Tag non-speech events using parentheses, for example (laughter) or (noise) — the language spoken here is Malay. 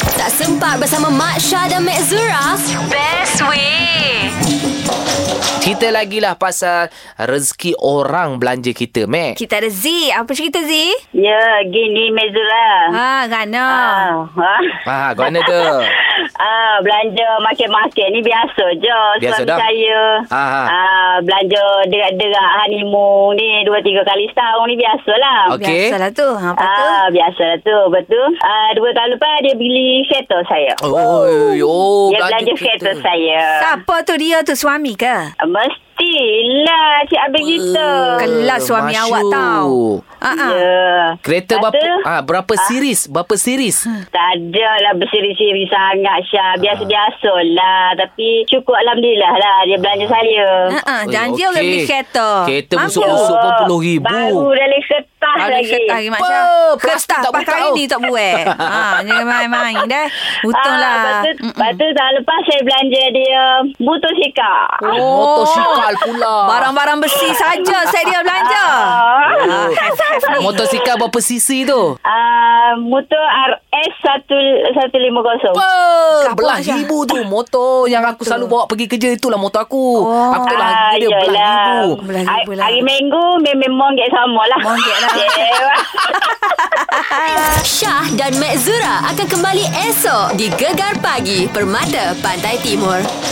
Tak sempat bersama Mak Syah dan Mak Zura? Best way. Cerita lagi lah pasal rezeki orang belanja kita, Mac. Kita ada Z. Apa cerita Z? Ya, gini Mezura. Ha, Rana. Ah, ha. Ah, kau mana (laughs) tu? Ah, belanja market-market ni biasa je. Biasa Suami dah. saya Ah, ah. ah, belanja derak-derak honeymoon ni dua tiga kali setahun ni biasalah. Okey. Biasalah tu. Ha, apa tu? Ah, biasalah tu. Betul. Ah, dua tahun lepas dia beli kereta saya. Oh, oh, dia belanja kereta saya. Siapa tu dia tu? Suami ke? Mestilah Cik Abang kita. Kelas Oh, suami Masya. awak tau. Ha, ha. Ya. Kereta Lepas berapa? tu, Ha? Hmm. Ah, berapa series? Berapa series? Tak ada lah bersiri-siri sangat Syah. Biasa-biasa lah. Tapi cukup Alhamdulillah lah dia belanja saya. Ha, ha. Oi, Janji orang okey. beli kereta. Kereta Mampu. busuk-busuk. pun RM10,000. Baru dari kertas Ada lagi. kertas lagi Mak Apa? Syah Plastik Kertas tak pakai buka, ni oh. tak (laughs) buat ha, Jangan main-main dah lah. Untunglah Ah, lepas tu, lepas tu tahun lepas saya belanja dia motosikal. Oh, ya. Motosikal pula. Barang-barang besi saja saya dia belanja Ah. Oh. Motosikal berapa cc tu? (laughs) Ah, motor RS 150. Apa? Kapur lah, Belah Aisyah. ribu tu motor yang aku selalu bawa pergi kerja itulah motor aku. Oh. Aku telah harga lah. dia belah ribu. Belah ribu Hari- lah. Ah, Hari minggu memang monggek sama lah. Monggek (laughs) lah. Yeah. Syah dan Mek Zura akan kembali esok di Gegar Pagi Permata Pantai Timur.